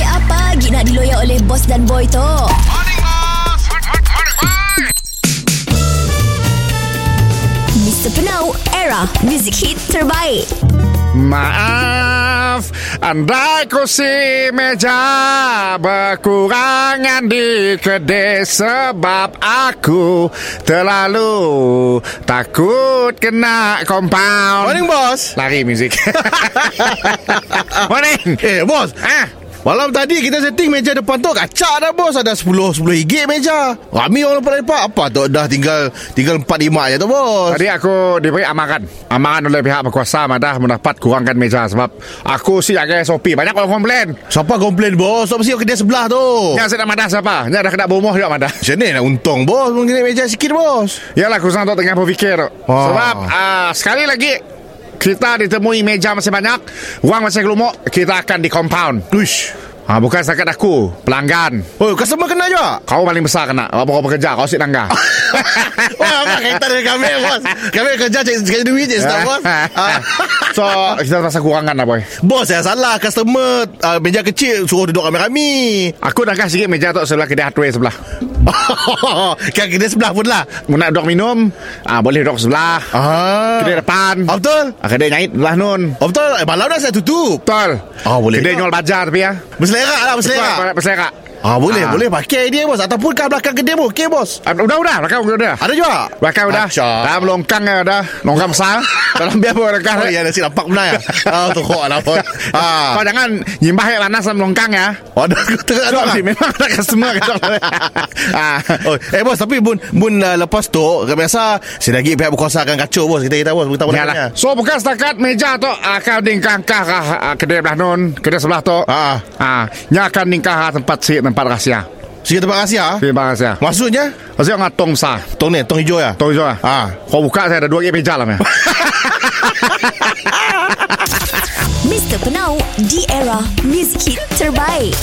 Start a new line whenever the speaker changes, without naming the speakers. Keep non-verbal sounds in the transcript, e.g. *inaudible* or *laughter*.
lagi nak diloyak oleh bos dan boy tu? Mr. Penau, era music hit terbaik.
Maaf Andai kursi meja Berkurangan di kedai Sebab aku Terlalu Takut kena compound
Morning bos
Lari muzik *laughs* Morning
Eh bos
Ah,
Malam tadi kita setting meja depan tu Kacak dah bos Ada 10 10 ringgit meja Ramai orang lepak-lepak Apa tu dah tinggal Tinggal 4 5 je tu bos
Tadi aku diberi amaran Amaran oleh pihak berkuasa Madah mendapat kurangkan meja Sebab aku si agak SOP Banyak orang komplain
Siapa komplain bos Tak mesti kedai sebelah tu
Yang saya nak madah siapa Yang dah kena bomoh juga madah
Macam ni nak untung bos Mungkin meja sikit bos
Yalah Kuzan tu tengah berfikir tu.
Ah.
Sebab uh, sekali lagi kita ditemui meja masih banyak, wang masih kelumuk, kita akan di compound.
Uish
Ha, bukan setakat aku, pelanggan.
Oh customer kena juga
Kau paling besar kena. Apa kau bekerja, kau asyik
*laughs*
tangga.
Wah apa kaitan dengan kami bos Kami kerja cari cari duit je Ustaz
*laughs*
bos Ah.
Ya. so, kita rasa kurangan lah boy.
Bos saya salah Customer ah, Meja kecil Suruh duduk rame-rame
Aku dah kasih sikit meja tu sebelah kedai hardware sebelah.
*laughs* Kan kedai sebelah pun lah
Mau nak duduk minum, ah boleh duduk sebelah.
Ah.
Kedai depan.
Ah, betul.
Ah, kedai nyait belah nun.
Oh betul eh, Malam dah saya tutup
Betul.
Ah, boleh.
Kedai nyol bajar tapi ya.
Berselerak lah berselerak
Betul, Berselera.
Ah boleh
Ah.
boleh pakai dia bos Ataupun kat belakang kedai pun Okey bos
Ah, Udah, udah. Rakam, udah.
Ada juga
Bakar dah
Acah.
Dah melongkang dah, dah Longkang
*laughs*
besar Dalam biar pun rekam
Oh ya nasi lampak *laughs* benar ya Ah teruk lah bos Ah
Kau jangan Nyimbah air panas dalam longkang ya
Oh dah teruk
Kau
lah
sih *laughs* memang ada customer kata.
*laughs*
ah.
Oh, eh bos tapi bun bun uh, lepas tu kan biasa sedagi pihak berkuasa akan kacau bos kita kita bos ya. kita boleh
Yalah. lah. So bukan setakat meja tu akan ningkah kah ah, kedai belah nun, kedai sebelah tu.
Ah.
Ah, nya akan ningkah tempat si tempat rahsia. ah.
Sikit tempat rahsia.
Si tempat rahsia.
Maksudnya
Rahsia ngatong sa.
tong ni tong hijau ya.
Tahu juga.
Ah.
Kau buka saya ada dua ke meja lah.
*laughs*
meh.
Mr. Penau, di era music hit terbaik.